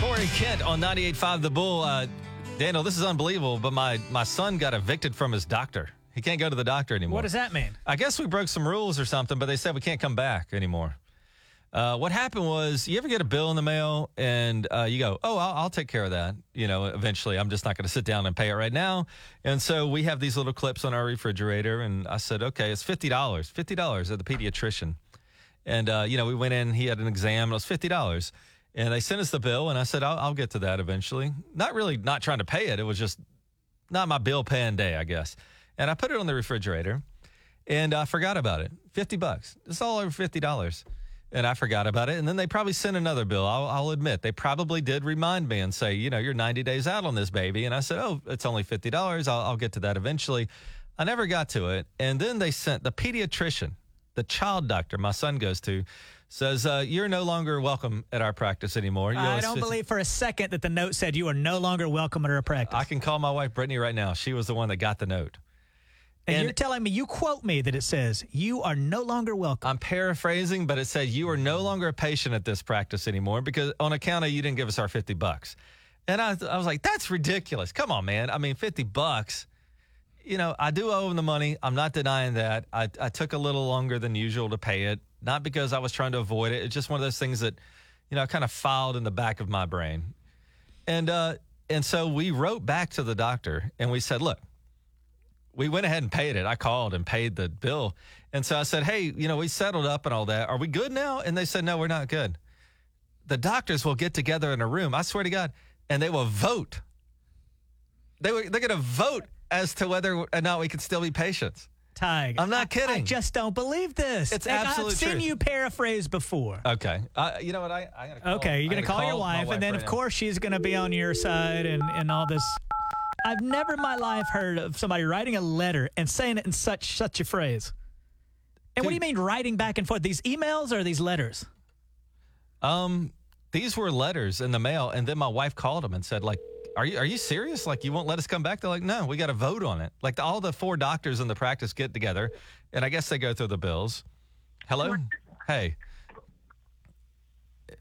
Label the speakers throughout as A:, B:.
A: Corey Kent on 98.5 The Bull. Uh, Daniel, this is unbelievable, but my, my son got evicted from his doctor. He can't go to the doctor anymore.
B: What does that mean?
A: I guess we broke some rules or something, but they said we can't come back anymore. Uh, what happened was, you ever get a bill in the mail and uh, you go, "Oh, I'll, I'll take care of that." You know, eventually, I'm just not going to sit down and pay it right now. And so we have these little clips on our refrigerator, and I said, "Okay, it's fifty dollars. Fifty dollars at the pediatrician." And uh, you know, we went in. He had an exam. And it was fifty dollars, and they sent us the bill. And I said, I'll, "I'll get to that eventually." Not really, not trying to pay it. It was just not my bill paying day, I guess. And I put it on the refrigerator and I forgot about it. 50 bucks. It's all over $50. And I forgot about it. And then they probably sent another bill. I'll, I'll admit, they probably did remind me and say, you know, you're 90 days out on this baby. And I said, oh, it's only $50. I'll, I'll get to that eventually. I never got to it. And then they sent the pediatrician, the child doctor my son goes to, says, uh, you're no longer welcome at our practice anymore. You owe
B: I
A: us
B: don't
A: 50
B: believe for a second that the note said you are no longer welcome at our practice.
A: I can call my wife, Brittany, right now. She was the one that got the note.
B: and,
A: and-
B: you're telling me you quote me that it says you are no longer welcome.
A: I'm paraphrasing, but it said you are no longer a patient at this practice anymore because on account of you didn't give us our 50 bucks. And I, I was like, that's ridiculous. Come on, man. I mean, 50 bucks. You know, I do owe him the money. I'm not denying that. I, I took a little longer than usual to pay it, not because I was trying to avoid it. It's just one of those things that, you know, kind of filed in the back of my brain. And, uh, and so we wrote back to the doctor and we said, look, we went ahead and paid it. I called and paid the bill. And so I said, Hey, you know, we settled up and all that. Are we good now? And they said, No, we're not good. The doctors will get together in a room, I swear to God, and they will vote. They were, they're going to vote as to whether or not we can still be patients.
B: Tig.
A: I'm not
B: I- I
A: kidding.
B: just don't believe this.
A: It's
B: Like,
A: absolute
B: I've seen
A: truth.
B: you paraphrase before.
A: Okay. I you know what? I, I gotta call,
B: okay, you're
A: I
B: going
A: gotta
B: to Uh, call, your
A: my
B: wife, and then,
A: right
B: of
A: now.
B: course, she's going to be on your side and, and all this. I've never in my life heard of somebody writing a letter and saying it in such such a phrase. And what do you
A: Dude.
B: mean writing back and forth? These emails or these letters?
A: Um, these were letters in the mail, and then my wife called them and said, like, are you are you serious? Like, you won't let us come back? They're like, no, we got to vote on it. Like, all the four doctors in the practice get together, and I guess they go through the bills. Hello, hey,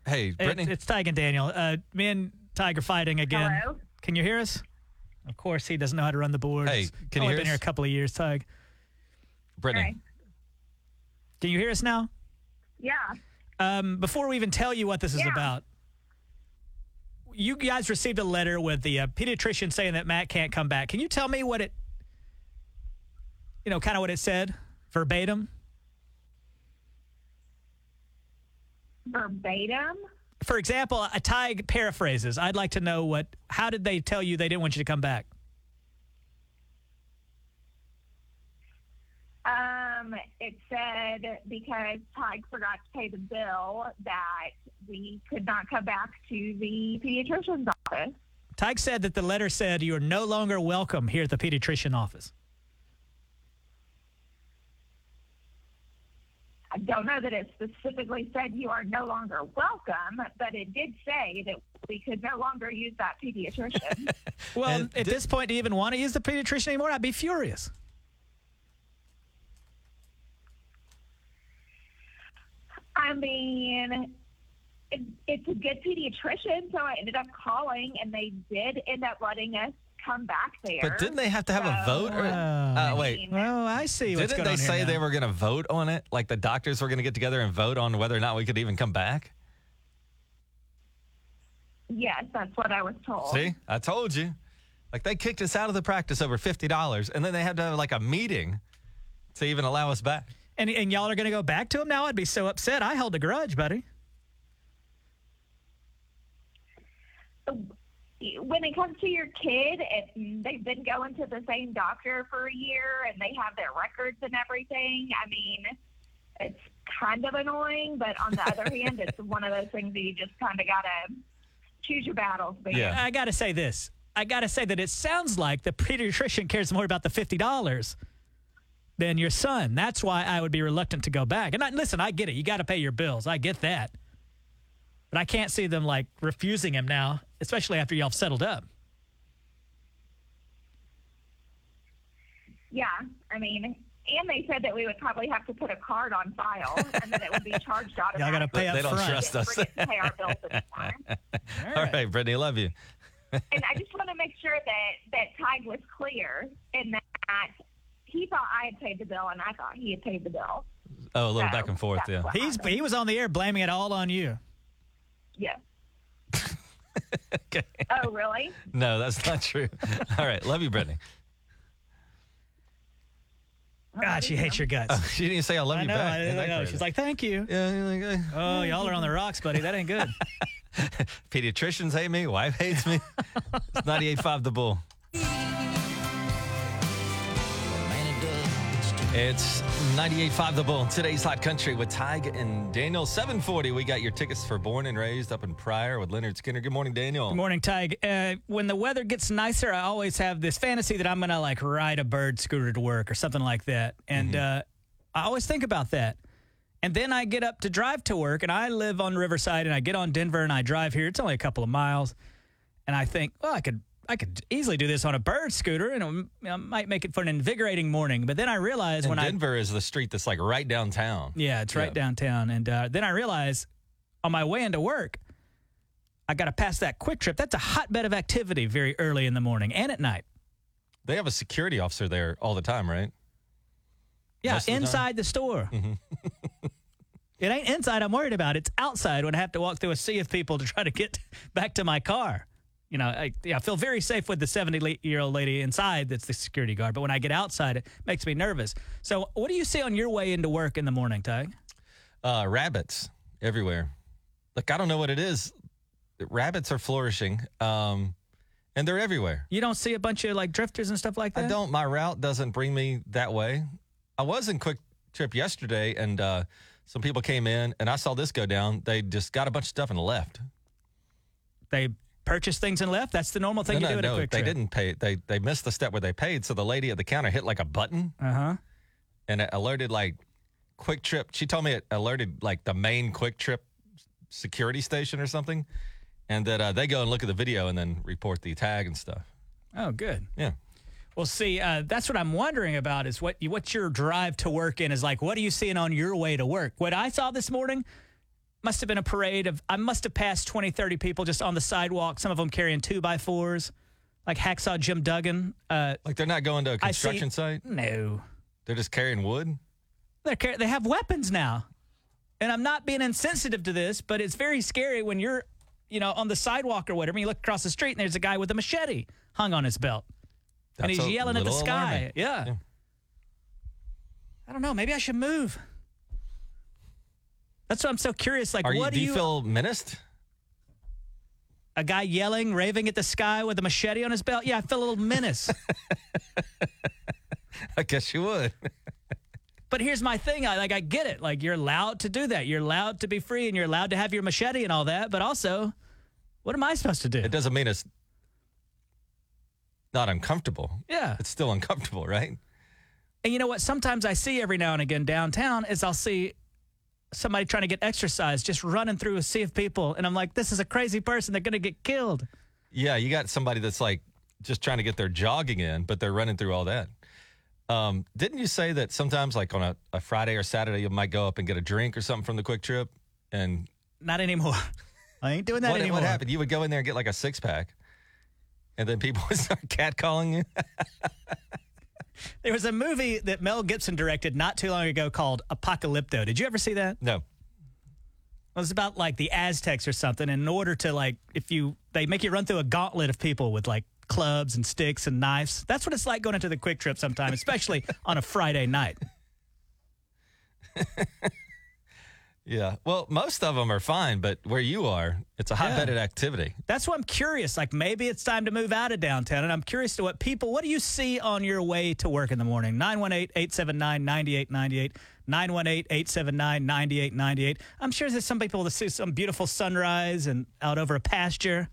A: hey,
B: It-
A: Brittany.
B: it's Tig and Daniel. Uh, me and Tig are fighting again.
C: Hello?
B: Can you hear us? Of course, he doesn't know how to run the board.
A: Hey,
B: He's
A: can you
B: only
A: hear
B: been here a
A: us?
B: couple of years, Tig.
A: Brittany.
C: Hi.
B: Can you hear us now?
C: Yeah.
B: Um, before we even tell you what this is
C: Yeah.
B: about, you guys received a letter with the uh, pediatrician saying that Matt can't come back. Can you tell me what it, you know, kind of what it said verbatim?
C: Verbatim.
B: For example, a Tig paraphrases. I'd like to know what. How did they tell you they didn't want you to come back?
C: Um, it said because Tig forgot to pay the bill that we could not come back to the pediatrician's office.
B: Tig said that the letter said you are no longer welcome here at the pediatrician office.
C: I don't know that it specifically said you are no longer welcome, but it did say that we could no longer use that pediatrician.
B: Well,
A: And
B: at
A: thi-
B: this point, do you even want to use the pediatrician anymore? I'd be furious.
C: I mean, it, it's a good pediatrician, so I ended up calling, and they did end up letting us come back there.
A: But didn't they have to have a
C: So,
A: vote? Or,
B: Wow.
A: uh,
C: I
A: wait,
C: mean,
B: Oh, I see. what's
A: didn't
B: going
A: they
B: on here
A: say
B: now.
A: they were going to vote on it? Like the doctors were going to get together and vote on whether or not we could even come back?
C: Yes, that's what I was told.
A: See, I told you. Like they kicked us out of the practice over fifty dollars, and then they had to have like a meeting to even allow us back.
B: And, and y'all are going to go back to him now? I'd be so upset. I held a grudge, buddy.
C: when it comes to your kid, if they've been going to the same doctor for a year and they have their records and everything, I mean, it's kind of annoying. But on the other hand, it's one of those things that you just kind of gotta choose your battles. man.
A: Yeah.
B: I got to say this. I got to say that it sounds like the pediatrician cares more about the $50 than your son. That's why I would be reluctant to go back. And I, listen, I get it. You got to pay your bills. I get that. But I can't see them like refusing him now, especially after y'all have settled up.
C: yeah. I mean, and they said that we would probably have to put a card on file and that it would be charged automatically.
B: Y'all gotta pay
A: They-
B: up
A: they don't
B: front.
A: trust us.
C: Forget to pay our bills this time.
B: All
A: All right, Brittany, love you.
C: and I just want to make sure that that Tide was clear and that he thought I had paid the bill and I thought he had paid the bill.
A: Oh, a little
C: So,
A: back and forth,
C: that's
A: yeah.
C: what
B: He's
C: happened.
B: he was on the air blaming it all on you.
C: yes.
A: Okay.
C: Oh, really?
A: No, that's not true. All right, love you, Brittany.
B: God, she hates your guts.
A: She didn't even say I love
B: I
A: you
B: know.
A: back.
B: I,
A: Isn't
B: I
A: that
B: know.
A: crazy?
B: She's like, thank you.
A: yeah, you're like, eh.
B: Oh, y'all are on the rocks, buddy. That ain't good.
A: pediatricians hate me, wife hates me. it's 98.5 The Bull. It's 98.5 The Bull. Today's Hot Country with Tyga and Daniel. 740, we got your tickets for Born and Raised up in Pryor with Leonard Skinner. Good morning, Daniel.
B: Good morning, Tig. Uh, when the weather gets nicer, I always have this fantasy that I'm going to like ride a bird scooter to work or something like that. And uh, I always think about that. And then I get up to drive to work, and I live on Riverside, and I get on Denver, and I drive here. It's only a couple of miles, and I think, well, I could, I could easily do this on a bird scooter, and it m- I might make it for an invigorating morning. But then I realize
A: And
B: when I
A: Denver is the street that's like right downtown.
B: yeah, it's right
A: Yeah.
B: downtown. And uh, then I realized on my way into work, I got to pass that quick trip. That's a hotbed of activity very early in the morning and at night.
A: They have a security officer there all the time, right?
B: Yeah,
A: Most of the time. Mm-hmm.
B: inside the store. it ain't inside I'm worried about. It's outside when I have to walk through a sea of people to try to get back to my car. You know, I, yeah, I feel very safe with the 70 year old lady inside that's the security guard. But when I get outside, it makes me nervous. So, what do you see on your way into work in the morning, Tug?
A: Uh, rabbits everywhere. Like, I don't know what it is. Rabbits are flourishing, um, and they're everywhere.
B: You don't see a bunch of like drifters and stuff like that?
A: I don't. My route doesn't bring me that way. I was in Quick Trip yesterday, and uh, some people came in, and I saw this go down. They just got a bunch of stuff and left.
B: they purchased things and left. That's the normal thing
A: no,
B: you do
A: no,
B: at a
A: no,
B: quick
A: they
B: trip.
A: didn't pay. They they missed the step where they paid. So the lady at the counter hit like a button,
B: Uh huh.
A: and it alerted like Quick Trip. She told me it alerted like the main Quick Trip security station or something, and that uh, they go and look at the video and then report the tag and stuff.
B: Oh, good.
A: Yeah.
B: Well, see, uh, that's what I'm wondering about is what you, what your drive to work in is like. What are you seeing on your way to work? What I saw this morning must have been a parade of. I must have passed 20, 30 people just on the sidewalk. Some of them carrying two by fours, like hacksaw Jim Duggan. Uh,
A: Like they're not going to a
B: I see-
A: construction site.
B: no,
A: They're just carrying wood.
B: They're car- they have weapons now. And I'm not being insensitive to this, but it's very scary when you're, you know, on the sidewalk or whatever. And you look across the street and there's a guy with a machete hung on his belt, and
A: That's
B: he's
A: a
B: yelling at the
A: little
B: sky.
A: alarming.
B: Yeah.
A: Yeah.
B: I don't know. Maybe I should move. That's why I'm so curious. Like,
A: Are you,
B: what
A: do
B: do
A: you
B: you?
A: feel menaced?
B: a guy yelling, raving at the sky with a machete on his belt. Yeah, I feel a little menace.
A: I guess you would.
B: But here's my thing. I like I get it. Like you're allowed to do that. You're allowed to be free and you're allowed to have your machete and all that. But also, what am I supposed to do?
A: It doesn't mean it's not uncomfortable.
B: Yeah.
A: It's still uncomfortable, right?
B: And you know what? Sometimes I see every now and again downtown is I'll see somebody trying to get exercise just running through a sea of people and I'm like, this is a crazy person. They're gonna get killed.
A: Yeah, you got somebody that's like just trying to get their jogging in, but they're running through all that. Um, didn't you say that sometimes, like on a, a Friday or Saturday, you might go up and get a drink or something from the quick trip? And
B: Not anymore. I ain't doing that
A: what,
B: anymore.
A: what happened? You would go in there and get like a six pack, and then people would start catcalling you.
B: There was a movie that Mel Gibson directed not too long ago called Apocalypto. Did you ever see that?
A: No.
B: It was about like the Aztecs or something. In order to like, if you they make you run through a gauntlet of people with like clubs and sticks and knives. That's what it's like going into the quick trip sometime, especially on a Friday night.
A: Yeah. Well, most of them are fine, but where you are, it's a hotbedded activity.
B: That's why I'm curious. Like maybe it's time to move out of downtown. And I'm curious to what people, what do you see on your way to work in the morning? 918 879 9898. 918 879 9898. I'm sure there's some people that see some beautiful sunrise and out over a pasture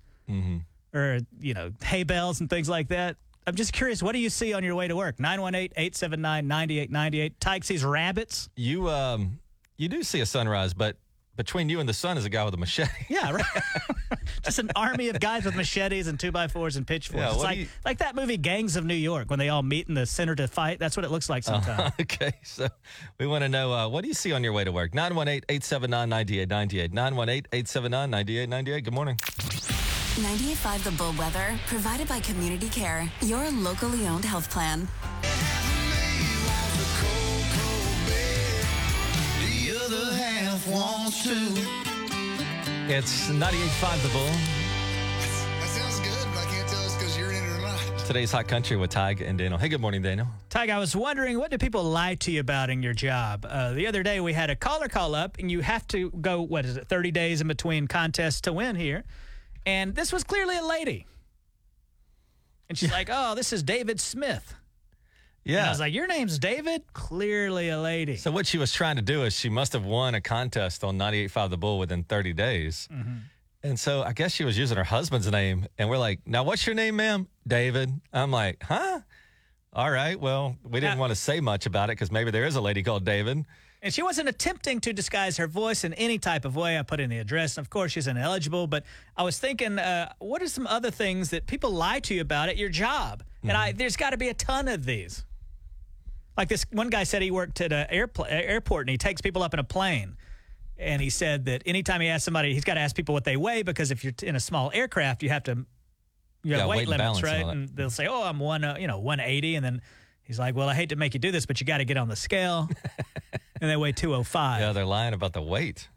B: or, you know, hay bales and things like that. I'm just curious, what do you see on your way to work? 918 879 9898. Tyke sees rabbits.
A: you um you do see a sunrise, but between you and the sun is a guy with a machete.
B: Yeah, right. Just an army of guys with machetes and two by fours and pitchforks.
A: Yeah,
B: it's
A: what do
B: like
A: you-
B: like that movie Gangs of New York when they all meet in the center to fight. That's what it looks like sometimes.
A: okay, so we want to know uh, what do you see on your way to work? 918 879 9898. 918 879 9898. Good morning.
D: 98.5 The Bull Weather, provided by Community Care, your locally owned health plan.
E: The other half wants to.
A: It's 98.5 The Bull.
E: That sounds good, but I can't tell it's because you're in it or not.
A: Today's Hot Country with Tig and Daniel. Hey, good morning, Daniel.
B: Tyg, I was wondering, what do people lie to you about in your job? Uh, the other day, we had a caller call up, and you have to go, what is it, 30 days in between contests to win here. And this was clearly a lady. And she's like, oh, this is David Smith. And I
A: Yeah.
B: was like, your name's David? Clearly a lady.
A: so what she was trying to do is she must have won a contest on 98.5 The Bull within 30 days.
B: Mm-hmm.
A: And so I guess she was using her husband's name. And we're like, now what's your name, ma'am? David. I'm like, huh? All right. Well, we didn't
B: Yeah.
A: want to say much about it because maybe there is a lady called David.
B: And she wasn't attempting to disguise her voice in any type of way. I put in the address. And of course, she's ineligible. But I was thinking, uh, what are some other things that people lie to you about at your job? And
A: Mm-hmm.
B: I, there's got to be a ton of these. Like this one guy said he worked at an airpl- airport and he takes people up in a plane. And he said that anytime he asks somebody, he's got to ask people what they weigh because if you're t- in a small aircraft, you have to you have
A: Yeah, weight
B: weight,
A: and
B: limits,
A: balance and
B: right?
A: all that.
B: And they'll say, "Oh, I'm one, uh, you know, 180," and then he's like, "Well, I hate to make you do this, but you got to get on the scale." and they weigh 205.
A: Yeah, they're lying about the weight.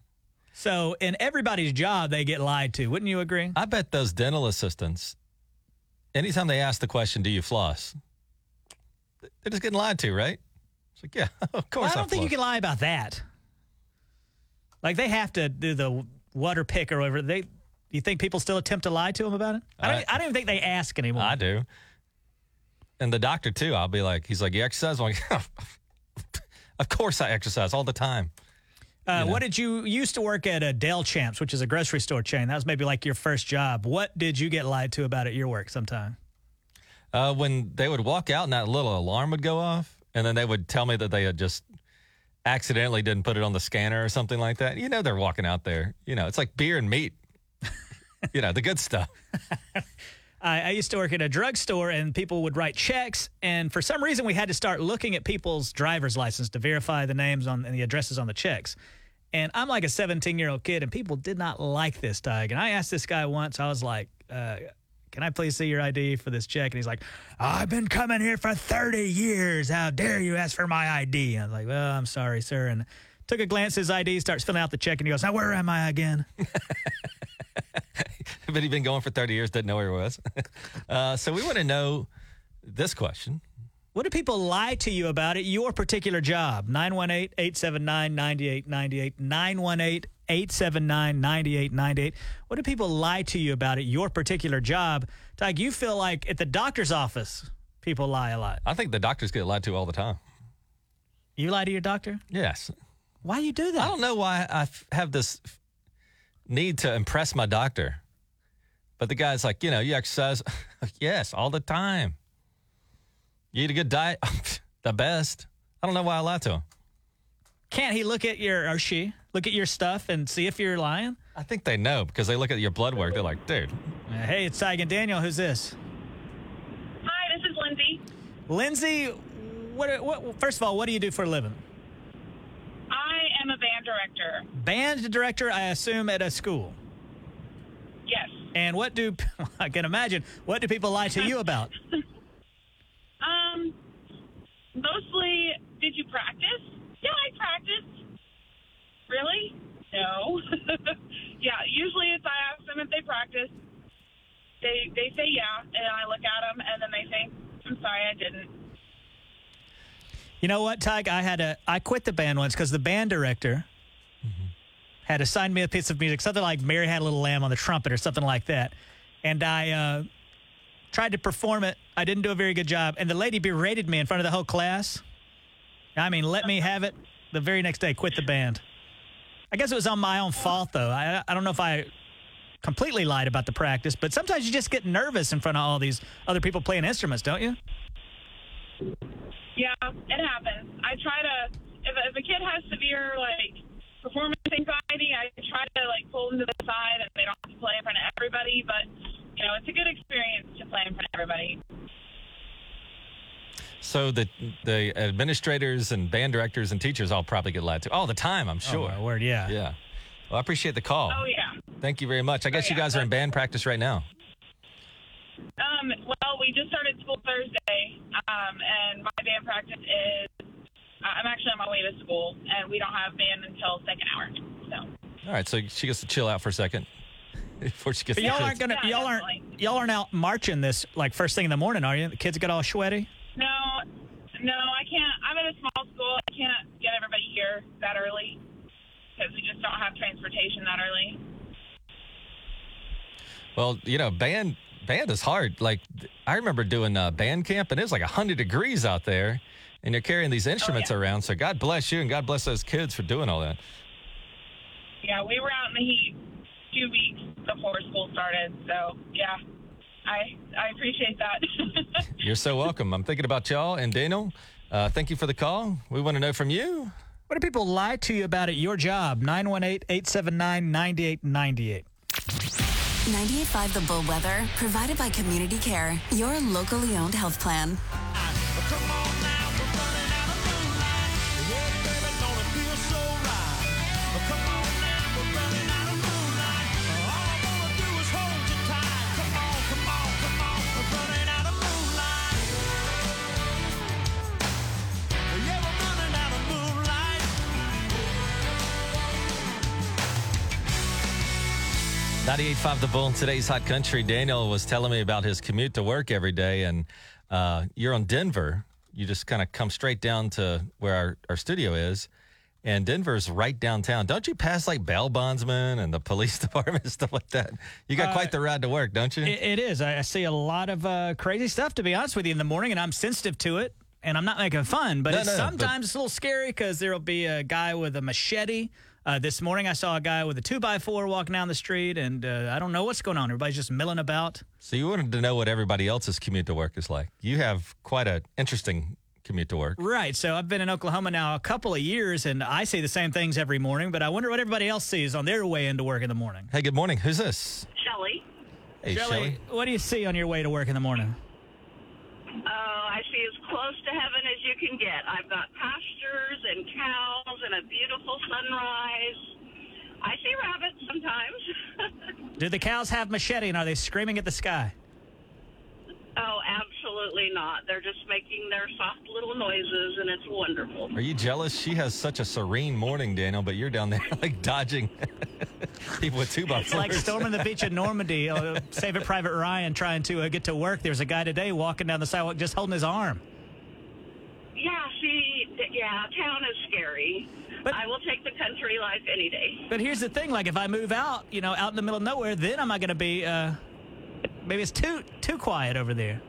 B: So in everybody's job, they get lied to. Wouldn't you agree?
A: I bet those dental assistants, anytime they ask the question, do you floss? They're just getting lied to, right? It's like, yeah, of course.
B: I don't think you can
A: floss.
B: lie about that. Like they have to do the water pick or whatever. They, you think people still attempt to lie to them about it? I don't. e,
A: I-
B: I, don't even think they ask anymore.
A: I do. And the doctor too. I'll be like, he's like, you exercise. I'm like, of course I exercise all the time.
B: Uh, What did you, you used to work at a Dell Champs, which is a grocery store chain? That was maybe like your first job. What did you get lied to about at your work sometime?
A: Uh, when they would walk out and that little alarm would go off, and then they would tell me that they had just accidentally didn't put it on the scanner or something like that. You know, they're walking out there. You know, it's like beer and meat. you know, the good stuff.
B: I, I used to work at a drugstore and people would write checks. And for some reason, we had to start looking at people's driver's license to verify the names on and the addresses on the checks. And I'm like a 17 year old kid, and people did not like this, Doug. And I asked this guy once, I was like, uh, Can I please see your ID for this check? And he's like, I've been coming here for 30 years. How dare you ask for my ID? And I was like, Well, I'm sorry, sir. And took a glance at his ID, starts filling out the check, and he goes, Now, where am I again?
A: but he'd been going for 30 years, didn't know where he was. uh, so we want to know this question.
B: What do people lie to you about at your particular job? 918 879 9898. 918 879 9898. What do people lie to you about at your particular job? Like you feel like at the doctor's office, people lie a lot.
A: I think the doctors get lied to all the time.
B: You lie to your doctor?
A: Yes.
B: Why you do that?
A: I don't know why I f- have this f- need to impress my doctor. But the guy's like, you know, you exercise. yes, all the time. You eat a good diet. the best. I don't know why I lie to him.
B: Can't he look at your, or she, look at your stuff and see if you're lying?
A: I think they know because they look at your blood work. They're like, dude,
B: Uh, Hey, it's Tygan Daniel. Who's this?
F: Hi, this is Lindsay.
B: Lindsay, what, what, first of all, what do you do for a living?
F: I am a band director.
B: Band director, I assume, at a school.
F: Yes.
B: And what do I can imagine? What do people lie to you about?
F: Um, mostly, did you practice? Yeah, I practiced. Really? No. yeah, usually it's I ask them if they practice. They they say yeah, and I look at them, and then they think, I'm sorry, I didn't.
B: You know what, Tig? I had a I quit the band once because the band director had assigned me a piece of music, something like "Mary Had a Little Lamb" on the trumpet or something like that, and I uh, tried to perform it. I didn't do a very good job, and the lady berated me in front of the whole class. I mean, let me have it. The very next day, quit the band. I guess it was on my own fault though. I I don't know if I completely lied about the practice, but sometimes you just get nervous in front of all these other people playing instruments, don't you?
F: Yeah, it happens. I try to. If, if a kid has severe like performance anxiety. I try to like pull them to the side, and they don't have to play in front of everybody. But you know, it's a good experience to play in front of everybody.
A: So the the administrators and band directors and teachers all probably get lied to all the time. I'm
B: Oh,
A: sure.
B: my word, yeah.
A: yeah. Well, I appreciate the call.
F: Oh yeah.
A: Thank you very much. I guess you
F: yeah,
A: guys are in
F: that's-
A: band practice right now.
F: Um, well, we just started school Thursday, um, and my band practice is. I- I'm actually on my way to school, and we don't have band until second hour. So.
A: All right, so she gets to chill out for a second before she gets.
B: But
A: to
B: y'all
A: kids.
B: aren't gonna
F: Yeah,
B: y'all aren't
F: definitely.
B: y'all aren't out marching this like first thing in the morning, are you? The kids get all sweaty.
F: No, no, I can't. I'm at a small school. I can't get everybody here that early because we just don't have transportation that early.
A: Well, you know, band band is hand. Like th- I remember doing uh, band camp, and it was like hundred degrees out there, and you're carrying these instruments around. So God bless you, and God bless those kids for doing all that.
F: Yeah, we were out in the heat two weeks before school started. So yeah, I I appreciate that.
A: You're so welcome. I'm thinking about y'all and Daniel. Uh, thank you for the call. We want to know from you.
B: What do people lie to you about at your job? 918-879-9898.
D: 985 The Bull Weather, provided by Community Care, your locally owned health plan.
A: Ninety-eight-five, The Bull in today's hot country. Daniel was telling me about his commute to work every day, and uh, you're on Denver. You just kind of come straight down to where our, our studio is, and Denver's right downtown. Don't you pass like bail bondsmen and the police department and stuff like that? You got quite the ride to work, don't you?
B: It, it is. I, I see a lot of uh, crazy stuff to be honest with you in the morning, and I'm sensitive to it. And I'm not making fun, but
A: No,
B: it's
A: no, but-
B: sometimes it's a little scary because there'll be a guy with a machete. Uh, this morning, I saw a guy with a two by four walking down the street, and uh, I don't know what's going on. Everybody's just milling about.
A: so you wanted to know what everybody else's commute to work is like. You have quite an interesting commute to work.
B: Right. So I've been in Oklahoma now a couple of years, and I see the same things every morning, but I wonder what everybody else sees on their way into work in the morning.
A: Hey, good morning. Who's this?
G: Shelly.
A: Hey,
B: Shelley,
A: Shelley.
B: what do you see on your way to work in the morning?
G: Oh, I see as close to heaven as you can get. I've got pastures and cows and a beautiful sunrise. I see rabbits sometimes.
B: Do the cows have machete and are they screaming at the sky?
G: oh, absolutely not. They're just making their soft little noises, and it's wonderful.
A: Are you jealous? She has such a serene morning, Daniel, but you're down there like dodging people with two by
B: It's like
A: fours.
B: storming the beach in Normandy, uh, Saving Private Ryan trying to uh, get to work. There's a guy today walking down the sidewalk just holding his arm.
G: Yeah, see, th- yeah, town is scary.
B: But-
G: I will take the country life any day.
B: But here's the thing like, if I move out, you know, out in the middle of nowhere, then am I going to be, uh, maybe it's too, too quiet over there.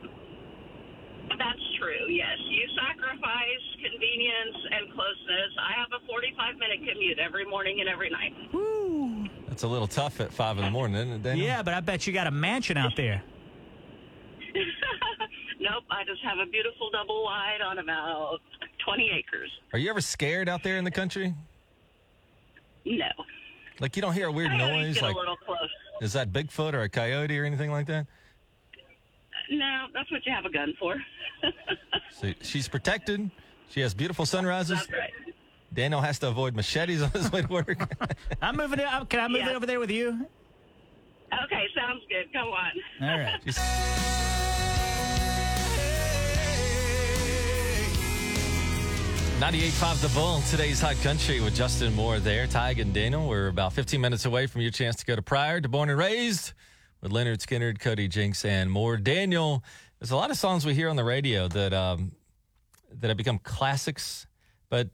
G: That's true, yes. You sacrifice convenience and closeness. I have a 45 minute commute every morning and every night.
A: That's a little tough at five in the morning, isn't it, Daniel?
B: Yeah, but I bet you got a mansion out there.
G: nope, I just have a beautiful double wide on about 20 acres.
A: Are you ever scared out there in the country?
G: No.
A: Like you don't hear a weird
G: I always
A: noise?
G: get
A: Like
G: a little close.
A: is that Bigfoot or a coyote or anything like that?
G: No, that's what you have a gun for.
A: So she's protected. She has beautiful sunrises.
G: that's right.
A: Daniel has to avoid machetes on his way to work.
B: I'm moving it. up. Can I move
G: Yeah.
B: it over there with you?
G: Okay, sounds good. Come on.
B: All right.
A: She's- Ninety-eight-five, The Bull, today's hot country with Justin Moore there. Tig and Daniel, we're about 15 minutes away from your chance to go to Pryor to Born and Raised with Leonard Skinner, Cody Jinks, and more. Daniel, there's a lot of songs we hear on the radio that, um, that have become classics, but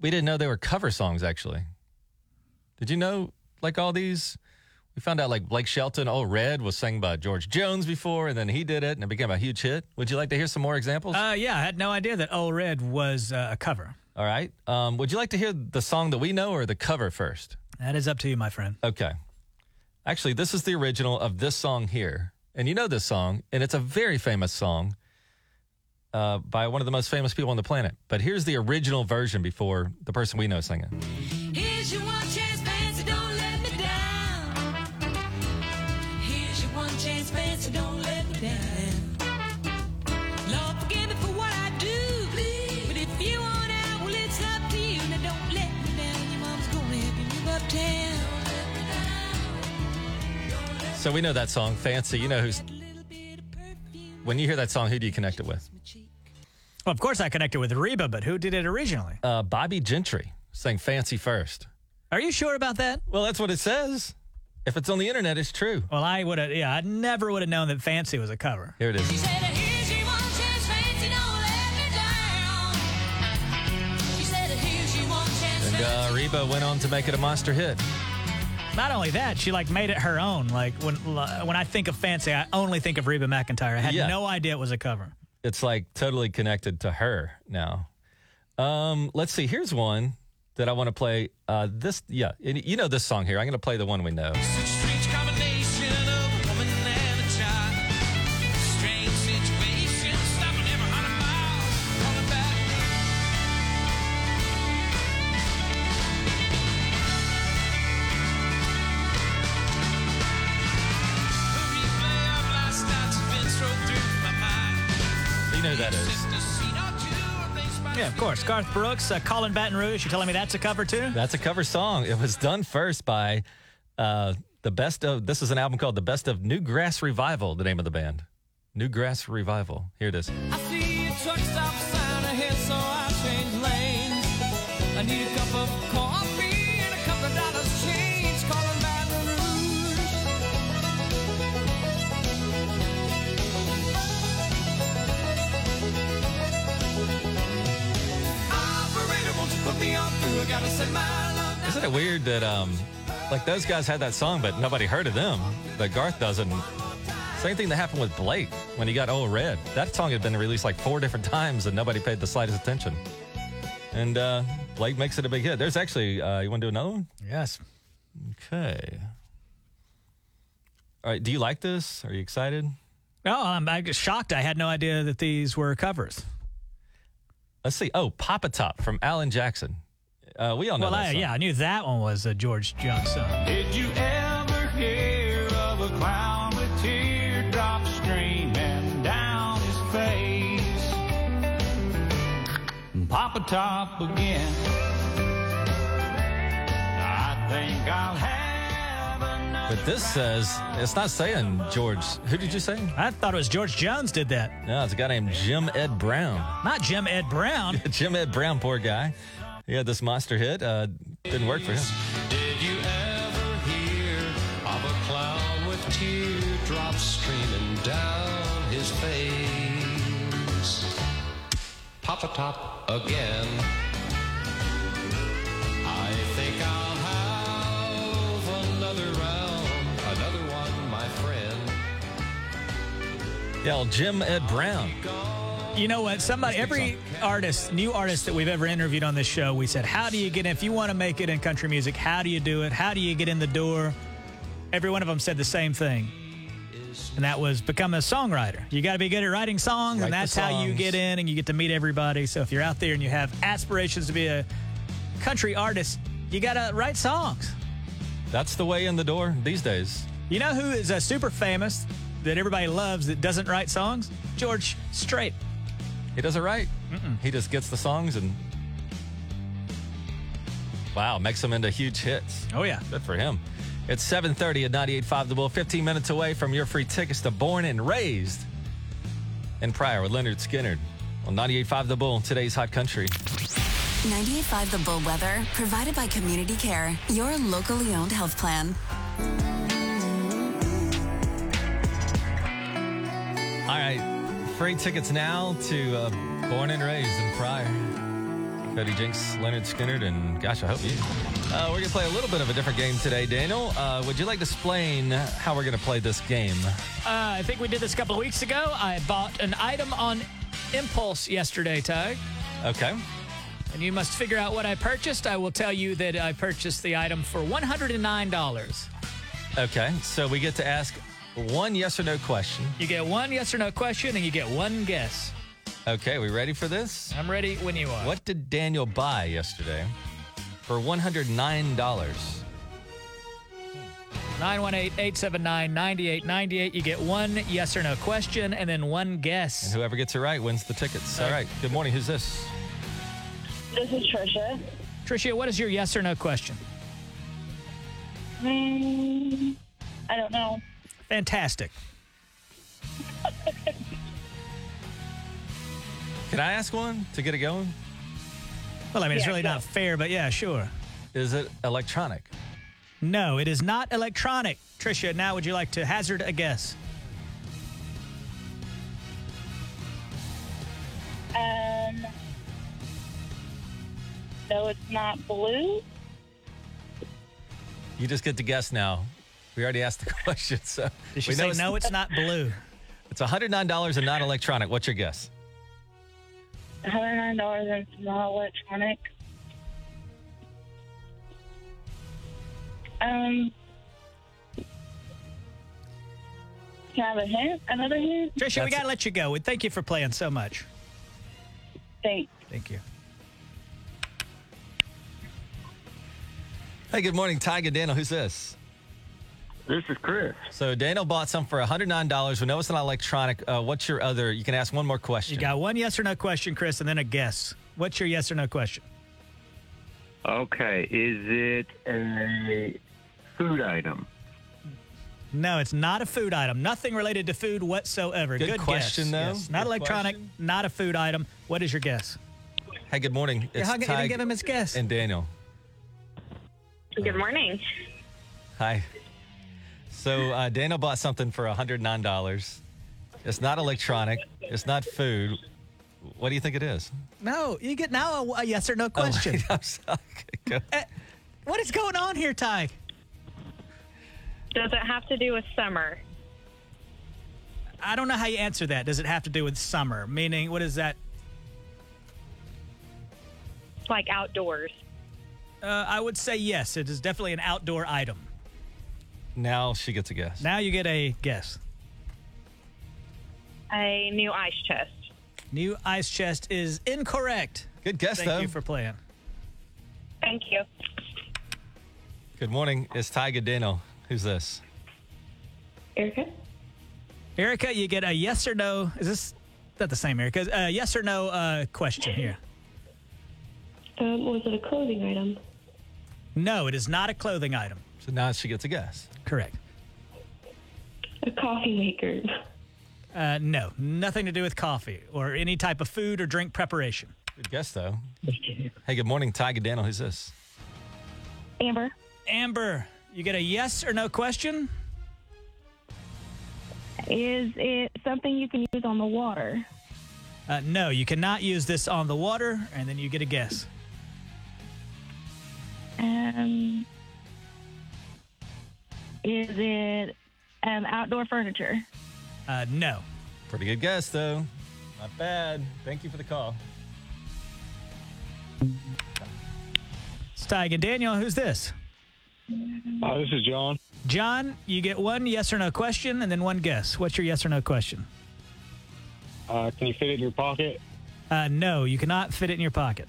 A: we didn't know they were cover songs, actually. Did you know, like, all these? We found out like Blake Shelton, Oh Red was sung by George Jones before, and then he did it, and it became a huge hit. Would you like to hear some more examples?
B: Uh, yeah, I had no idea that Old Red was uh, a cover.
A: All right. Um, would you like to hear the song that we know or the cover first?
B: That is up to you, my friend.
A: Okay. Actually, this is the original of this song here, and you know this song, and it's a very famous song uh, by one of the most famous people on the planet. But here's the original version before the person we know sang it.
H: Here's your one so don't let me down. Lord, forgive me for what I do, please. But if you want out, well, it's up to you. Now don't let me down. Your mom's gonna help you move uptown.
A: So we know that song, Fancy. You know who's. When you hear that song, who do you connect it with?
B: Well, of course, I connected with Reba, but who did it originally?
A: Uh, Bobby Gentry sang Fancy first.
B: Are you sure about that?
A: Well, that's what it says. If it's on the internet, it's true.
B: Well, I would have. Yeah, I never would have known that "Fancy" was a cover.
A: Here it is.
H: She said, "Here's your one chance, fancy, don't let me down." She said, "Here's your one chance,
A: And uh,
H: fancy."
A: Reba went on to make it a monster hit.
B: Not only that, she like made it her own. Like when when I think of "Fancy," I only think of Reba McIntyre. I had
A: Yeah.
B: no idea it was a cover.
A: It's like totally connected to her now. Um, let's see. Here's one that I want to play. Uh, this, yeah, and you know this song here. I'm going to play the one we know.
H: Such strange combination of a woman and a child. Strange situation, stopping every hundred miles on the back road. The replay of last night's events rolled through my mind.
A: You know who that is.
H: Just a scene or two of things by
B: Yeah, of course. Garth Brooks, uh, Colin Baton Rouge. You're telling me that's a cover too?
A: That's a cover song. It was done first by uh, the best of. This is an album called The Best of Newgrass Revival. The name of the band, Newgrass Revival. Here it is.
H: I see a truck stop sign ahead, so I change lanes. I need a cup of coffee and a couple of dollars change, calling Baton Rouge. Operator, won't you put me on through? I gotta send my love now.
A: Isn't it weird that um, like those guys had that song, but nobody heard of them. That Garth doesn't. Same thing that happened with Blake when he got Old Red. That song had been released like four different times and nobody paid the slightest attention. And uh, Blake makes it a big hit. There's actually, uh, you want to do another one?
B: Yes.
A: Okay. All right. Do you like this? Are you excited?
B: Oh, I'm, I'm just shocked. I had no idea that these were covers.
A: Let's see. Oh, Papa Top from Alan Jackson. Uh, we all know
B: Well,
A: that
B: I,
A: song.
B: yeah, I knew that one was a George Jones song.
I: Did you ever hear of a clown with teardrops streaming down his face? Papa Top again. I think I'll have another.
A: But this says it's not saying George. Who did you say?
B: I thought it was George Jones did that,
A: No, it's a guy named Jim Ed Brown.
B: not Jim Ed Brown.
A: Jim Ed Brown, poor guy. He had this monster hit. Uh, didn't work for him.
I: Did you ever hear of a clown with teardrops streaming down his face? Papa Top again. I think I'll have another round, another one, my friend.
A: Yeah, well, Jim Ed Brown.
B: You know what? Somebody, every artist, new artist that we've ever interviewed on this show, we said, "How do you get in? If you want to make it in country music, how do you do it? How do you get in the door?" Every one of them said the same thing, and that was become a songwriter. You got to be good at writing songs,
A: Write
B: and
A: the
B: that's how you
A: songs.
B: get in, and you get to meet everybody. So if you're out there and you have aspirations to be a country artist, you got to write songs.
A: That's the way in the door these days.
B: You know who is uh, super famous that everybody loves that doesn't write songs? George Strait.
A: He doesn't write. He just gets the songs and wow, makes them into huge hits.
B: Oh yeah.
A: Good for him. It's 7:30 at 98.5 The Bull, 15 minutes away from your free tickets to Born and Raised in Pryor with Leonard Skinner on 98.5 The Bull, today's hot country.
D: 985 The Bull Weather, provided by Community Care, your locally owned health plan.
A: All right, free tickets now to uh, Born and Raised in Pryor. Cody Jinks, Leonard Skinner, and gosh, I hope you. Uh, we're going to play a little bit of a different game today, Daniel. Uh, would you like to explain how we're going to play this game?
B: Uh, I think we did this a couple of weeks ago. I bought an item on impulse yesterday, Tug,
A: Okay.
B: and you must figure out what I purchased. I will tell you that I purchased the item for one hundred and nine dollars.
A: Okay. So we get to ask one yes or no question.
B: You get one yes or no question, and you get one guess.
A: Okay, we ready for this?
B: I'm ready when you are.
A: What did Daniel buy yesterday for $109?
B: 918 879 9898. You get one yes or no question and then one guess.
A: Whoever gets it right wins the tickets. All right. Good morning. Who's this?
J: This is Trisha.
B: Tricia, what is your yes or no question?
J: Mm, I don't know.
B: Fantastic.
A: Can I ask one to get it going?
B: Well, I mean, it's
A: Yeah,
B: really
A: sure.
B: not fair, but yeah, sure.
A: Is it electronic?
B: No, it is not electronic. Tricia, now would you like to hazard a guess?
J: Um, no, it's not blue.
A: You just get to guess now. We already asked the question, so
B: Did she say, "No, it's not blue?
A: It's $109 and not electronic. What's your guess?
J: $109 and it's not electronic. Um, can I have a hint? Another hint?
B: Tricia, we got to let you go. We thank you for playing so much.
J: Thanks.
B: Thank you.
A: Hey, good morning, Ty and Daniel. Who's this? This is Chris. So Daniel bought some for $109. We know it's not electronic. Uh, what's your other? You can ask one more question.
B: You got one yes or no question, Chris, and then a guess. What's your yes or no question?
K: Okay, is it a food item?
B: No, it's not a food item. Nothing related to food whatsoever.
A: Good
B: Good,
A: question,
B: guess.
A: though.
B: Yes. Not
A: Good
B: electronic, not a food item. What is your guess?
A: Hey, good morning.
B: Yeah, how come you didn't give him his guess?
A: And Daniel.
L: Good morning.
A: Hi. So uh, Daniel bought something for $109. It's not electronic. It's not food. What do you think it is?
B: No, you get now a, a yes or no
A: Oh.
B: question.
A: I'm sorry. Go.
B: Uh, What is going on here, Ty?
L: Does it have to do with summer?
B: I don't know how you answer that. Does it have to do with summer? Meaning, what is that?
L: Like outdoors.
B: Uh, I would say yes. It is definitely an outdoor item.
A: Now she gets a guess.
B: Now you get a guess.
L: A new ice chest.
B: New ice chest is incorrect.
A: Good guess,
B: Thank
A: though.
B: you for playing.
L: Thank you.
A: Good morning. It's Ty Daniel. Who's this?
B: Erica? Erica, you get a yes or no. Is this not the same, Erica? Uh, yes or no uh, question here.
M: Um, was it a clothing item?
B: No, it is not a clothing item.
A: So now she gets a guess.
B: Correct.
M: A coffee maker.
B: Uh, no, nothing to do with coffee or any type of food or drink preparation.
A: Good guess, though. Hey, good morning, Ty Daniel. Who's this?
B: Amber. Amber, you get a yes or no question?
M: Is it something you can use on the water?
B: Uh, no, you cannot use this on the water, and then you get a guess.
M: Um, is it um, outdoor furniture?
B: Uh, no.
A: Pretty good guess, though. Not bad. Thank you for the call.
B: It's Tyg and Daniel. Who's this?
N: Uh, this is John.
B: John, you get one yes or no question and then one guess. What's your yes or no question?
N: Uh, can you fit it in your pocket?
B: Uh, no, you cannot fit it in your pocket.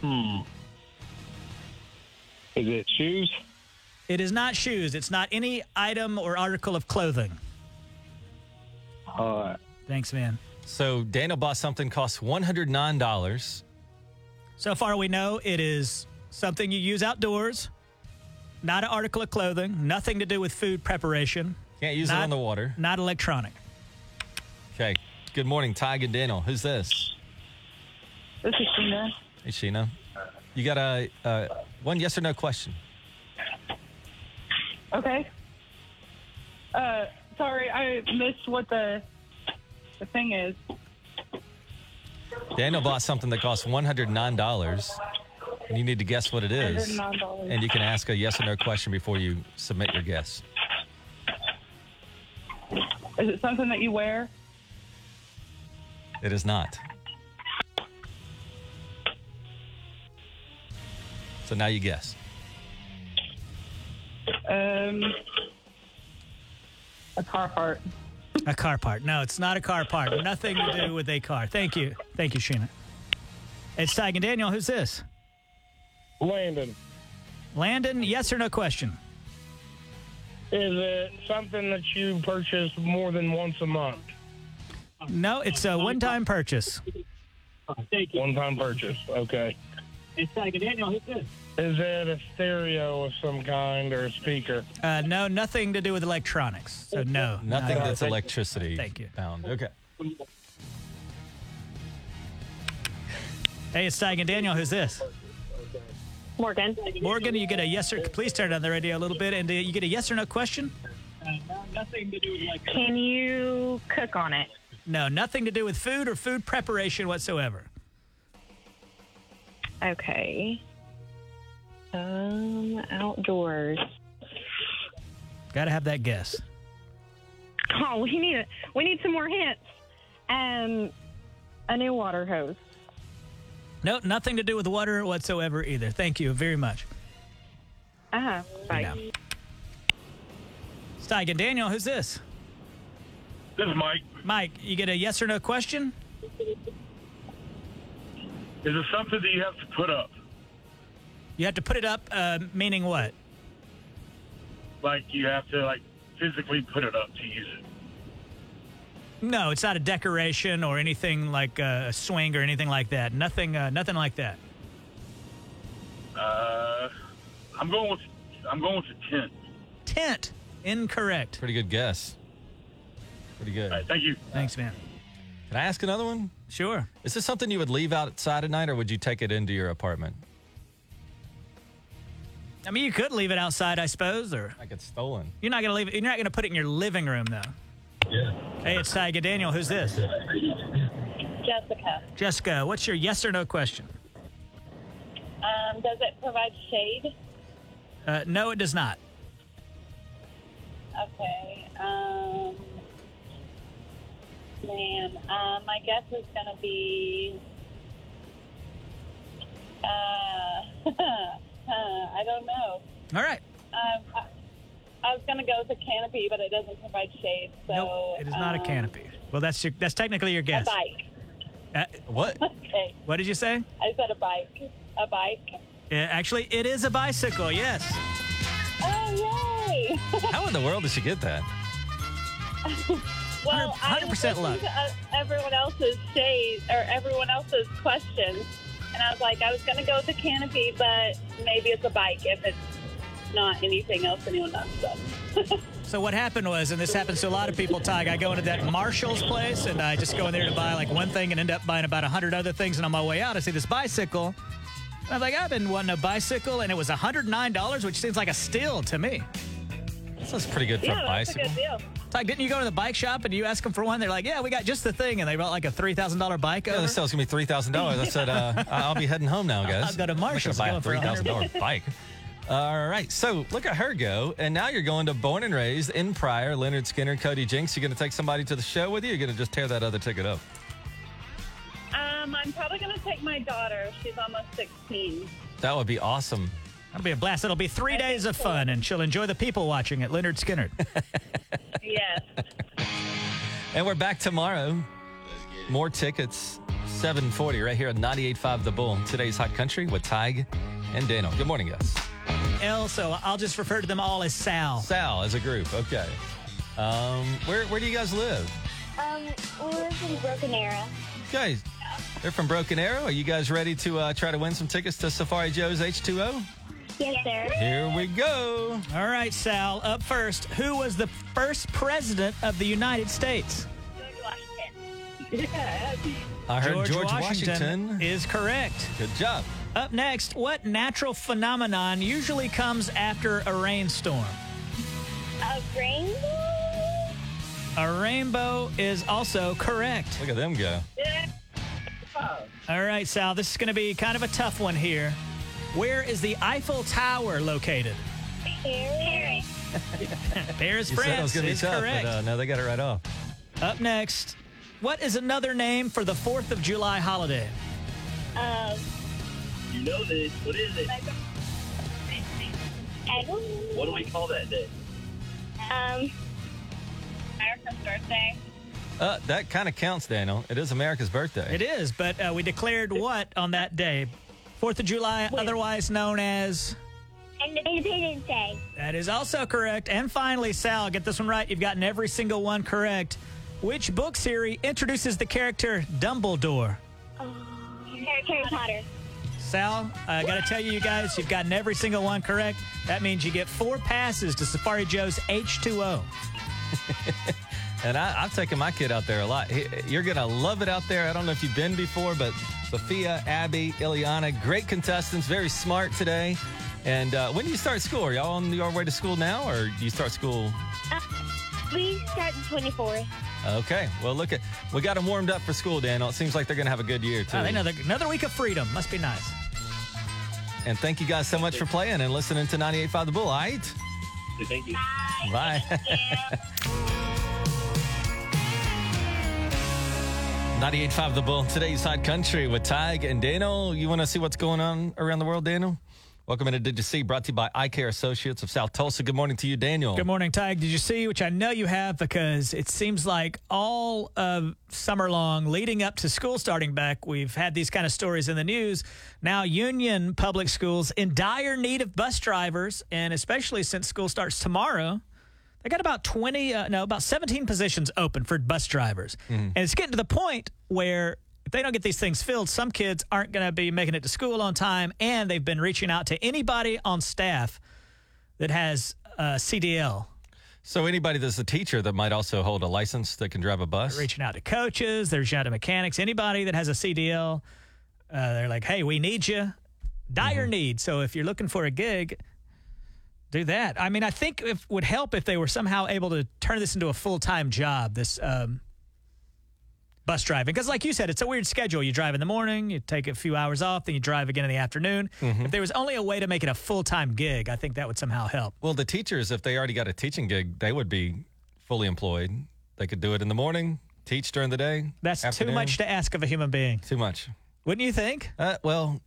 N: Hmm. Is it shoes?
B: It is not shoes. It's not any item or article of clothing.
A: All right.
B: Thanks, man.
A: So Daniel bought something costs one hundred nine dollars.
B: So far, we know it is something you use outdoors, not an article of clothing, nothing to do with food preparation.
A: Can't use it
B: Not-
A: on the water.
B: Not electronic.
A: Okay. Good morning, Ty and Daniel. Who's this?
J: This is Sheena.
A: Hey, Sheena. You got a uh, one yes or no question.
J: Okay. Uh, sorry, I missed what the the thing is.
A: Daniel bought something that costs one hundred nine dollars, and you need to guess what it is.
J: $109.
A: And you can ask a yes or no question before you submit your guess.
J: Is it something that you wear?
A: It is not. So now you guess.
J: Um,
B: A car part. A car part. No, it's not a car part. Nothing to do with a car. Thank you. Thank you, Sheena. It's Tyg and Daniel. Who's this?
N: Landon.
B: Landon, yes or no question?
O: Is it something that you purchase more than once a month?
B: No, it's a one time purchase.
O: One time purchase. Okay.
P: It's like an annual. Who's this?
O: Is it a stereo of some kind or a speaker?
B: Uh, no, nothing to do with electronics. So, no.
A: Nothing
B: not-
A: that's electricity
B: Thank you.
A: bound. Okay.
B: Hey, it's Sag and Daniel. Who's this?
L: Morgan.
B: Morgan, you get a yes or please turn down the radio a little bit, and uh, you get a yes or no question.
P: Nothing to do with like.
L: Can you cook on it?
B: No, nothing to do with food or food preparation whatsoever.
L: Okay. Um, outdoors.
B: Got to have that guess.
L: Oh, we need a, we need some more hints. Um, a new water hose.
B: No, nothing to do with water whatsoever either. Thank you very much.
L: Uh huh. Bye.
B: Steig and Daniel, who's this?
Q: This is Mike.
B: Mike, you get a yes or no question?
Q: Is it something that you have to put up?
B: You have to put it up, uh, meaning what?
Q: Like you have to like physically put it up to use it?
B: No, it's not a decoration or anything like uh, a swing or anything like that. Nothing, uh, nothing like that.
Q: Uh, I'm going with I'm going with a tent.
B: Tent. Incorrect.
A: Pretty good guess. Pretty good.
Q: thank you.
B: Thanks, man.
A: Can I ask another one?
B: Sure.
A: Is this something you would leave outside at night or would you take it into your apartment?
B: I mean, you could leave it outside, I suppose, or
A: like it's stolen.
B: You're not gonna leave it. You're not gonna put it in your living room, though. Yeah. Hey, it's Tyga Daniel. Who's this?
R: Jessica,
B: Jessica. What's your yes or no question?
R: um, does it provide shade?
B: Uh, no, it does not.
R: Okay. Um, man,
L: uh,
R: um, my guess is going to be. Uh, I don't know.
B: All right.
R: Um, I, I was going to go with a canopy, but it doesn't provide shade. So
B: It is not a
R: um,
B: canopy. Well, that's your, that's technically your guess.
R: A bike.
B: Uh,
A: what?
R: Okay.
B: What did you say?
R: I said a bike. A bike.
B: Uh, actually, it is a bicycle. Yes.
R: Oh, yay!
A: How in the world did she get that?
R: Well, 100
A: 100% luck.
R: uh, everyone else's shade or everyone else's questions, and I was like, I was going to go with the canopy, but maybe it's a bike if it's not anything else anyone else does.
B: So what happened was, and this happens to a lot of people, Tig, I go into that Marshall's place and I just go in there to buy like one thing and end up buying about 100 other things. And on my way out, I see this bicycle. And I was like, I've been wanting a bicycle, and it was $109, which seems like a steal to me.
A: This is pretty good for a bicycle.
R: deal.
B: Tig, didn't you go to the bike shop and you ask them for one? They're like, yeah, we got just the thing. And they brought like a $3,000 bike. Oh,
A: Yeah,
B: over.
A: this tells me three thousand dollars. I said uh, I'll be heading home now, guys.
B: I'll go to
A: I'm not gonna
B: Marshall's
A: Buy a
B: and go for
A: three
B: a
A: thousand
B: hundred.
A: dollar bike. All right, so look at her go, and now you're going to born and raised in Pryor, Leonard Skinner, Cody Jinks. You're going to take somebody to the show with you. You're going to just tear that other ticket up.
R: Um, I'm probably going to take my daughter. She's almost 16.
A: That would be awesome.
B: That'll be a blast. It'll be three days of fun, and she'll enjoy the people watching at Leonard Skinner.
R: Yes.
A: And we're back tomorrow. More tickets, 740 right here at 98.5 The Bull. Today's Hot Country with Tig and Daniel. Good morning, guys.
B: L, so I'll just refer to them all as Sal.
A: Sal as a group. Okay. Um, where, where do you guys live?
S: Um, we're from Broken Arrow.
A: Guys, they're from Broken Arrow. Are you guys ready to uh, try to win some tickets to Safari Joe's H2O?
S: Yes, sir.
A: Here we go.
B: All right, Sal, up first. Who was the first president of the United States?
A: I heard George Washington.
B: is correct.
A: Good job.
B: Up next, what natural phenomenon usually comes after a rainstorm?
S: A rainbow?
B: A rainbow is also correct.
A: Look at them go.
B: All right, Sal, this is going to be kind of a tough one here. Where is the Eiffel Tower located?
S: Paris.
B: Paris,
A: You
B: France.
A: said it was going to be
B: is
A: tough,
B: correct.
A: but uh, no, they got it right off.
B: Up next, what is another name for the 4th of July holiday?
S: Um,
P: You know this. What is it?
S: I don't
P: What do we call that day?
S: Um,
R: America's birthday.
A: Uh, that kind of counts, Daniel. It is America's birthday.
B: It is, but uh, we declared what on that day? 4th of July, otherwise known as
S: Independence Day.
B: That is also correct. And finally, Sal, get this one right. You've gotten every single one correct. Which book series introduces the character Dumbledore?
S: Harry, Harry Potter.
B: Sal, I got to tell you, you guys, you've gotten every single one correct. That means you get four passes to Safari Joe's H2O.
A: And I, I've taken my kid out there a lot. He- You're going to love it out there. I don't know if you've been before, but Sophia, Abby, Ileana, great contestants, very smart today. And uh, when do you start school? Are y'all on your way to school now, or do you start school?
S: Uh, We start the 24th.
A: Okay. Well, look at we got them warmed up for school, Daniel. It seems like they're going to have a good year too.
B: Oh, another, another week of freedom. Must be nice.
A: And thank you guys so much for playing and listening to 98.5 The Bull. All right.
P: Thank you.
A: Bye. 98.5 The Bull, today's Hot Country with Tig and Daniel. You want to see what's going on around the world, Daniel? Welcome into Did You See, brought to you by iCare Associates of South Tulsa. Good morning to you, Daniel.
B: Good morning, Tig. Did you see, which I know you have because it seems like all of summer long leading up to school starting back, we've had these kind of stories in the news. Now, Union Public Schools in dire need of bus drivers, and especially since school starts tomorrow, they got about 20, uh, no, about 17 positions open for bus drivers. And it's getting to the point where if they don't get these things filled, some kids aren't going to be making it to school on time, and they've been reaching out to anybody on staff that has uh, CDL,
A: So, anybody that's a teacher that might also hold a license that can drive a bus?
B: reaching out to coaches, they're reaching out to mechanics, anybody that has a CDL. Uh, they're like, hey, we need you. Dire need. So if you're looking for a gig, do that. I mean, I think it would help if they were somehow able to turn this into a full time job, this um, bus driving. Because, like you said, it's a weird schedule. You drive in the morning, you take a few hours off, then you drive again in the afternoon. If there was only a way to make it a full time gig, I think that would somehow help.
A: Well, the teachers, if they already got a teaching gig, they would be fully employed. They could do it in the morning, teach during the day.
B: That's too
A: afternoon.
B: much to ask of a human being.
A: Too much.
B: Wouldn't you think?
A: Uh, well,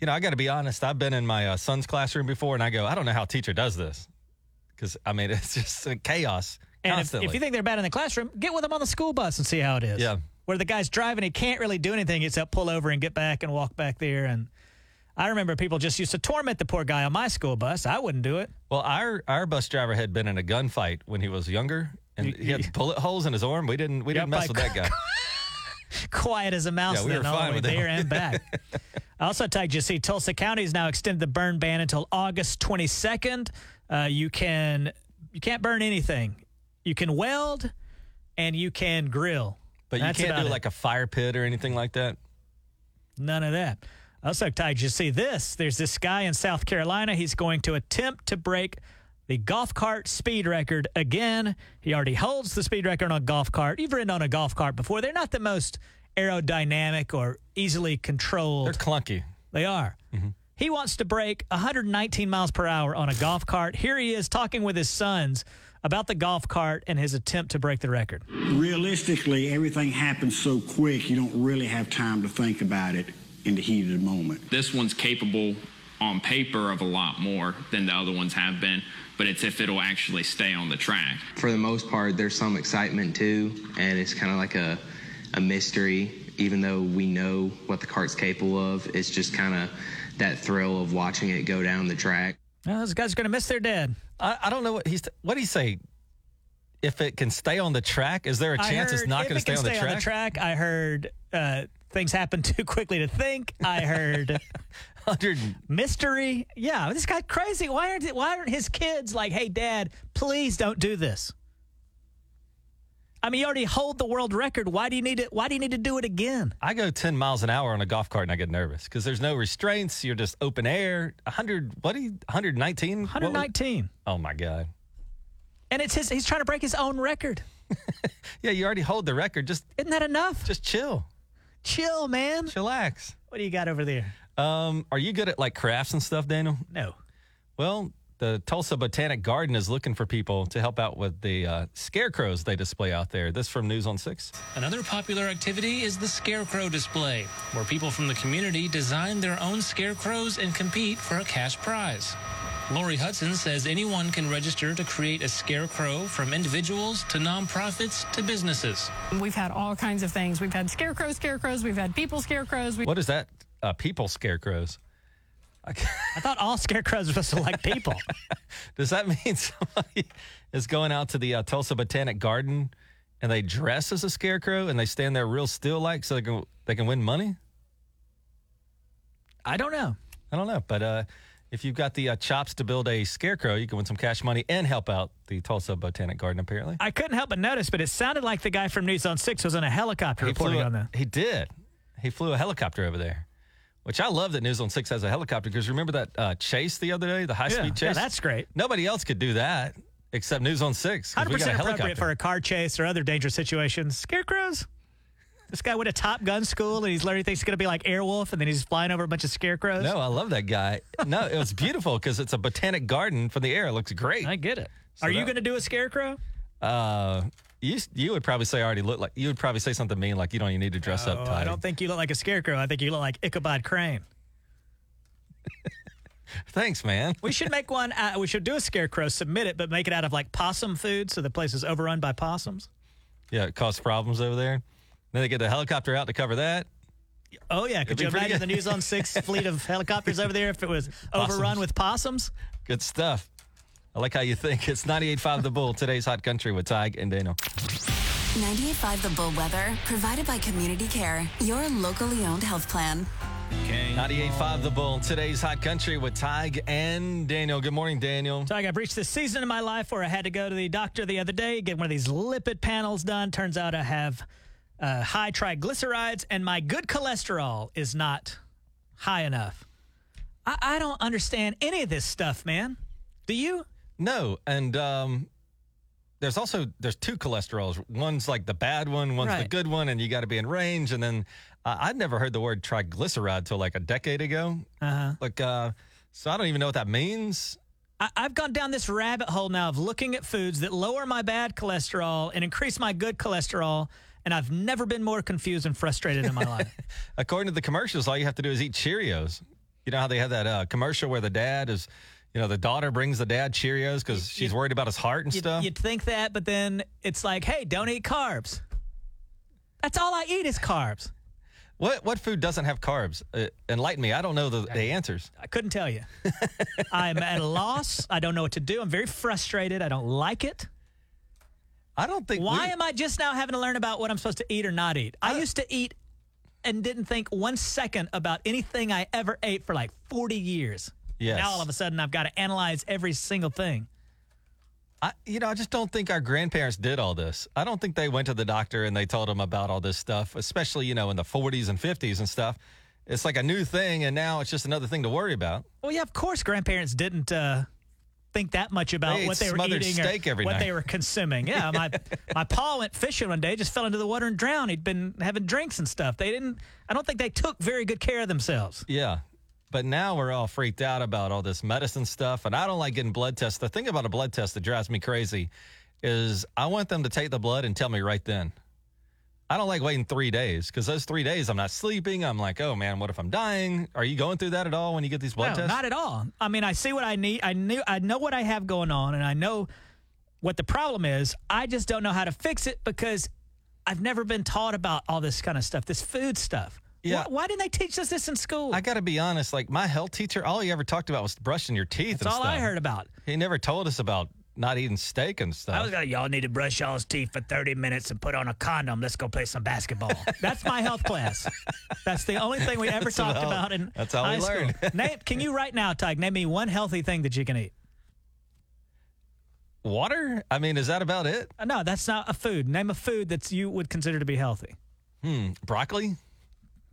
A: you know, I got to be honest. I've been in my uh, son's classroom before, and I go, I don't know how a teacher does this, because I mean, it's just uh, chaos
B: And if,
A: constantly.
B: if you think they're bad in the classroom, get with them on the school bus and see how it is.
A: Yeah.
B: Where the guy's driving, he can't really do anything except pull over and get back and walk back there. And I remember people just used to torment the poor guy on my school bus. I wouldn't do it.
A: well, our our bus driver had been in a gunfight when he was younger, and he had bullet holes in his arm. We didn't we didn't
B: Yeah,
A: mess with
B: by-
A: that guy.
B: Quiet as a mouse
A: Yeah, we
B: then,
A: were
B: all
A: fine
B: the way
A: with him.
B: there and back. I also tagged you see Tulsa County has now extended the burn ban until August 22nd. Uh, you can you can't burn anything. You can weld and you can grill.
A: But
B: That's
A: you can't
B: about
A: do
B: it.
A: like a fire pit or anything like that.
B: None of that. Also, Ty, did you see this? There's this guy in South Carolina. He's going to attempt to break the golf cart speed record again. He already holds the speed record on a golf cart. You've ridden on a golf cart before. They're not the most aerodynamic or easily controlled. They're
A: clunky.
B: They are. He wants to break 119 miles per hour on a golf cart. Here he is talking with his sons about the golf cart and his attempt to break the record.
T: Realistically, everything happens so quick, you don't really have time to think about it in the heat of the moment.
U: This one's capable on paper of a lot more than the other ones have been, but it's if it'll actually stay on the track.
V: For the most part, there's some excitement too, and it's kind of like a, a mystery. Even though we know what the cart's capable of, it's just kind of that thrill of watching it go down the track.
B: Now, those guys are going to miss their dad.
A: I, I don't know what he's what did he say. If it can stay on the track, is there a
B: I
A: chance it's
B: heard
A: not
B: if
A: going to
B: it can
A: stay, on, the
B: stay
A: track?
B: on the track? I heard uh, things happen too quickly to think. I heard mystery. Yeah, this guy crazy. Why aren't it- why aren't his kids like, hey, dad, please don't do this? I mean, you already hold the world record. Why do you need it? Why do you need to do it again?
A: I go 10 miles an hour on a golf cart and I get nervous because there's no restraints. You're just open air. 100, what do you, 119?
B: 119.
A: Oh my God.
B: And it's his. He's trying to break his own record.
A: Yeah, you already hold the record. Just,
B: isn't that enough?
A: Just chill.
B: Chill, man.
A: Chillax.
B: What do you got over there?
A: Um, are you good at like crafts and stuff, Daniel?
B: No.
A: Well, the Tulsa Botanic Garden is looking for people to help out with the uh, scarecrows they display out there. This from News on Six.
W: Another popular activity is the scarecrow display, where people from the community design their own scarecrows and compete for a cash prize. Lori Hudson says anyone can register to create a scarecrow from individuals to nonprofits to businesses.
X: We've had all kinds of things. We've had scarecrows, scarecrows. We've had people, scarecrows. We-
A: What is that? Uh, people scarecrows.
B: I thought all scarecrows were supposed to like people.
A: Does that mean somebody is going out to the uh, Tulsa Botanic Garden and they dress as a scarecrow and they stand there real still like so they can they can win money?
B: I don't know.
A: I don't know, but uh, if you've got the uh, chops to build a scarecrow, you can win some cash money and help out the Tulsa Botanic Garden. Apparently,
B: I couldn't help but notice, but it sounded like the guy from News on Six was on a helicopter reporting
A: flew a-
B: on that.
A: He did. He flew a helicopter over there, which I love that News on Six has a helicopter because remember that uh, chase the other day, the high
B: Yeah,
A: speed
B: yeah,
A: chase.
B: that's great.
A: Nobody else could do that except News on Six. 'cause we got
B: Hundred
A: a
B: percent appropriate
A: helicopter.
B: for a car chase or other dangerous situations. Scarecrows. This guy went to Top Gun school and he's learning he thinks he's going to be like Airwolf, and then he's flying over a bunch of scarecrows.
A: No, I love that guy. No, it was beautiful because it's a botanic garden from the air. It looks great. I
B: get it. Are you going to do a scarecrow?
A: Uh, you you would probably say I already look like you would probably say something mean like you don't even need to dress
B: Oh,
A: up tight.
B: I don't think you look like a scarecrow. I think you look like Ichabod Crane.
A: Thanks, man.
B: We should make one. Uh, we should do a scarecrow, submit it, but make it out of like possum food, so the place is overrun by possums.
A: Yeah, it caused problems over there. Then they get the helicopter out to cover that.
B: Oh yeah,
A: It'd
B: could
A: be
B: you
A: pretty
B: imagine the
A: good.
B: news on six fleet of helicopters over there if it was overrun
A: Possums.
B: with possums?
A: Good stuff. I like how you think. It's 98.5 The Bull, today's hot country with Tig and Dano.
D: 98.5 The Bull Weather, provided by Community Care, your locally owned health plan.
A: 98.5 The Bull, today's hot country with Tig and Daniel. Good morning, Daniel.
B: So I've reached this season in my life where I had to go to the doctor the other day, get one of these lipid panels done. Turns out I have uh, high triglycerides, and my good cholesterol is not high enough. I, I don't understand any of this stuff, man. Do you?
A: No, and um, there's also there's two cholesterols. One's like the bad one, one's the
B: Right.
A: good one, and you got to be in range. And then uh, I'd never heard the word triglyceride till like a decade ago.
B: Uh-huh.
A: Like, uh, so I don't even know what that means.
B: I, I've gone down this rabbit hole now of looking at foods that lower my bad cholesterol and increase my good cholesterol, and I've never been more confused and frustrated in my life.
A: According to the commercials, all you have to do is eat Cheerios. You know how they have that uh, commercial where the dad is, you know, the daughter brings the dad Cheerios because she's worried about his heart and
B: You'd,
A: stuff.
B: you'd think that, but then it's like, hey, don't eat carbs. That's all I eat is carbs.
A: What what food doesn't have carbs? Uh, enlighten me. I don't know the, the answers.
B: I couldn't tell you. I'm at a loss. I don't know what to do. I'm very frustrated. I don't like it.
A: I don't think.
B: Why
A: we-
B: am I just now having to learn about what I'm supposed to eat or not eat?
A: Uh,
B: I, used to eat and didn't think one second about anything I ever ate for like 40 years.
A: Yes.
B: Now all of a sudden I've got to analyze every single thing.
A: I, you know, I just don't think our grandparents did all this. I don't think they went to the doctor and they told them about all this stuff, especially, you know, in the 40s and 50s and stuff. It's like a new thing, and now it's just another thing to worry about.
B: Well, yeah, of course, grandparents didn't uh, think that much about
A: They
B: what they were
A: smothered
B: eating
A: steak
B: or
A: every
B: what
A: night.
B: they were consuming. Yeah, my my pa went fishing one day, just fell into the water and drowned. He'd been having drinks and stuff. They didn't. I don't think they took very good care of themselves.
A: Yeah. But now we're all freaked out about all this medicine stuff, and I don't like getting blood tests. The thing about a blood test that drives me crazy is I want them to take the blood and tell me right then. I don't like waiting three days because those three days I'm not sleeping. I'm like, oh man, what if I'm dying? Are you going through that at all when you get these blood
B: no,
A: tests?
B: not at all. I mean, I see what I need. I knew. I know what I have going on, and I know what the problem is. I just don't know how to fix it because I've never been taught about all this kind of stuff, this food stuff.
A: Yeah.
B: Why, why didn't they teach us this in school?
A: I got to be honest. Like my health teacher, all he ever talked about was brushing your teeth.
B: That's
A: and
B: all
A: stuff.
B: I heard about.
A: He never told us about not eating steak and stuff.
B: I was gonna, y'all need to brush y'all's teeth for 30 minutes and put on a condom. Let's go play some basketball. That's my health class. That's the only thing we ever
A: That's
B: talked
A: all-
B: about in
A: that's all we
B: high school.
A: learned.
B: Nate, can you right now, Tig, name me one healthy thing that you can eat?
A: Water? I mean, is that about it?
B: Uh, No, that's not a food. Name a food that you would consider to be healthy.
A: Hmm. Broccoli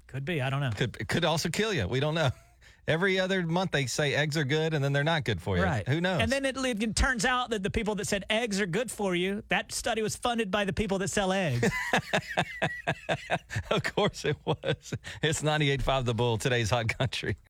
B: could be. I don't know.
A: Could it could also kill you. We don't know. Every other month they say eggs are good, and then they're not good for you.
B: Right.
A: Who knows?
B: And then it, it turns out that the people that said eggs are good for you, that study was funded by the people that sell eggs.
A: of course it was. It's 98.5 The Bull. Today's hot country.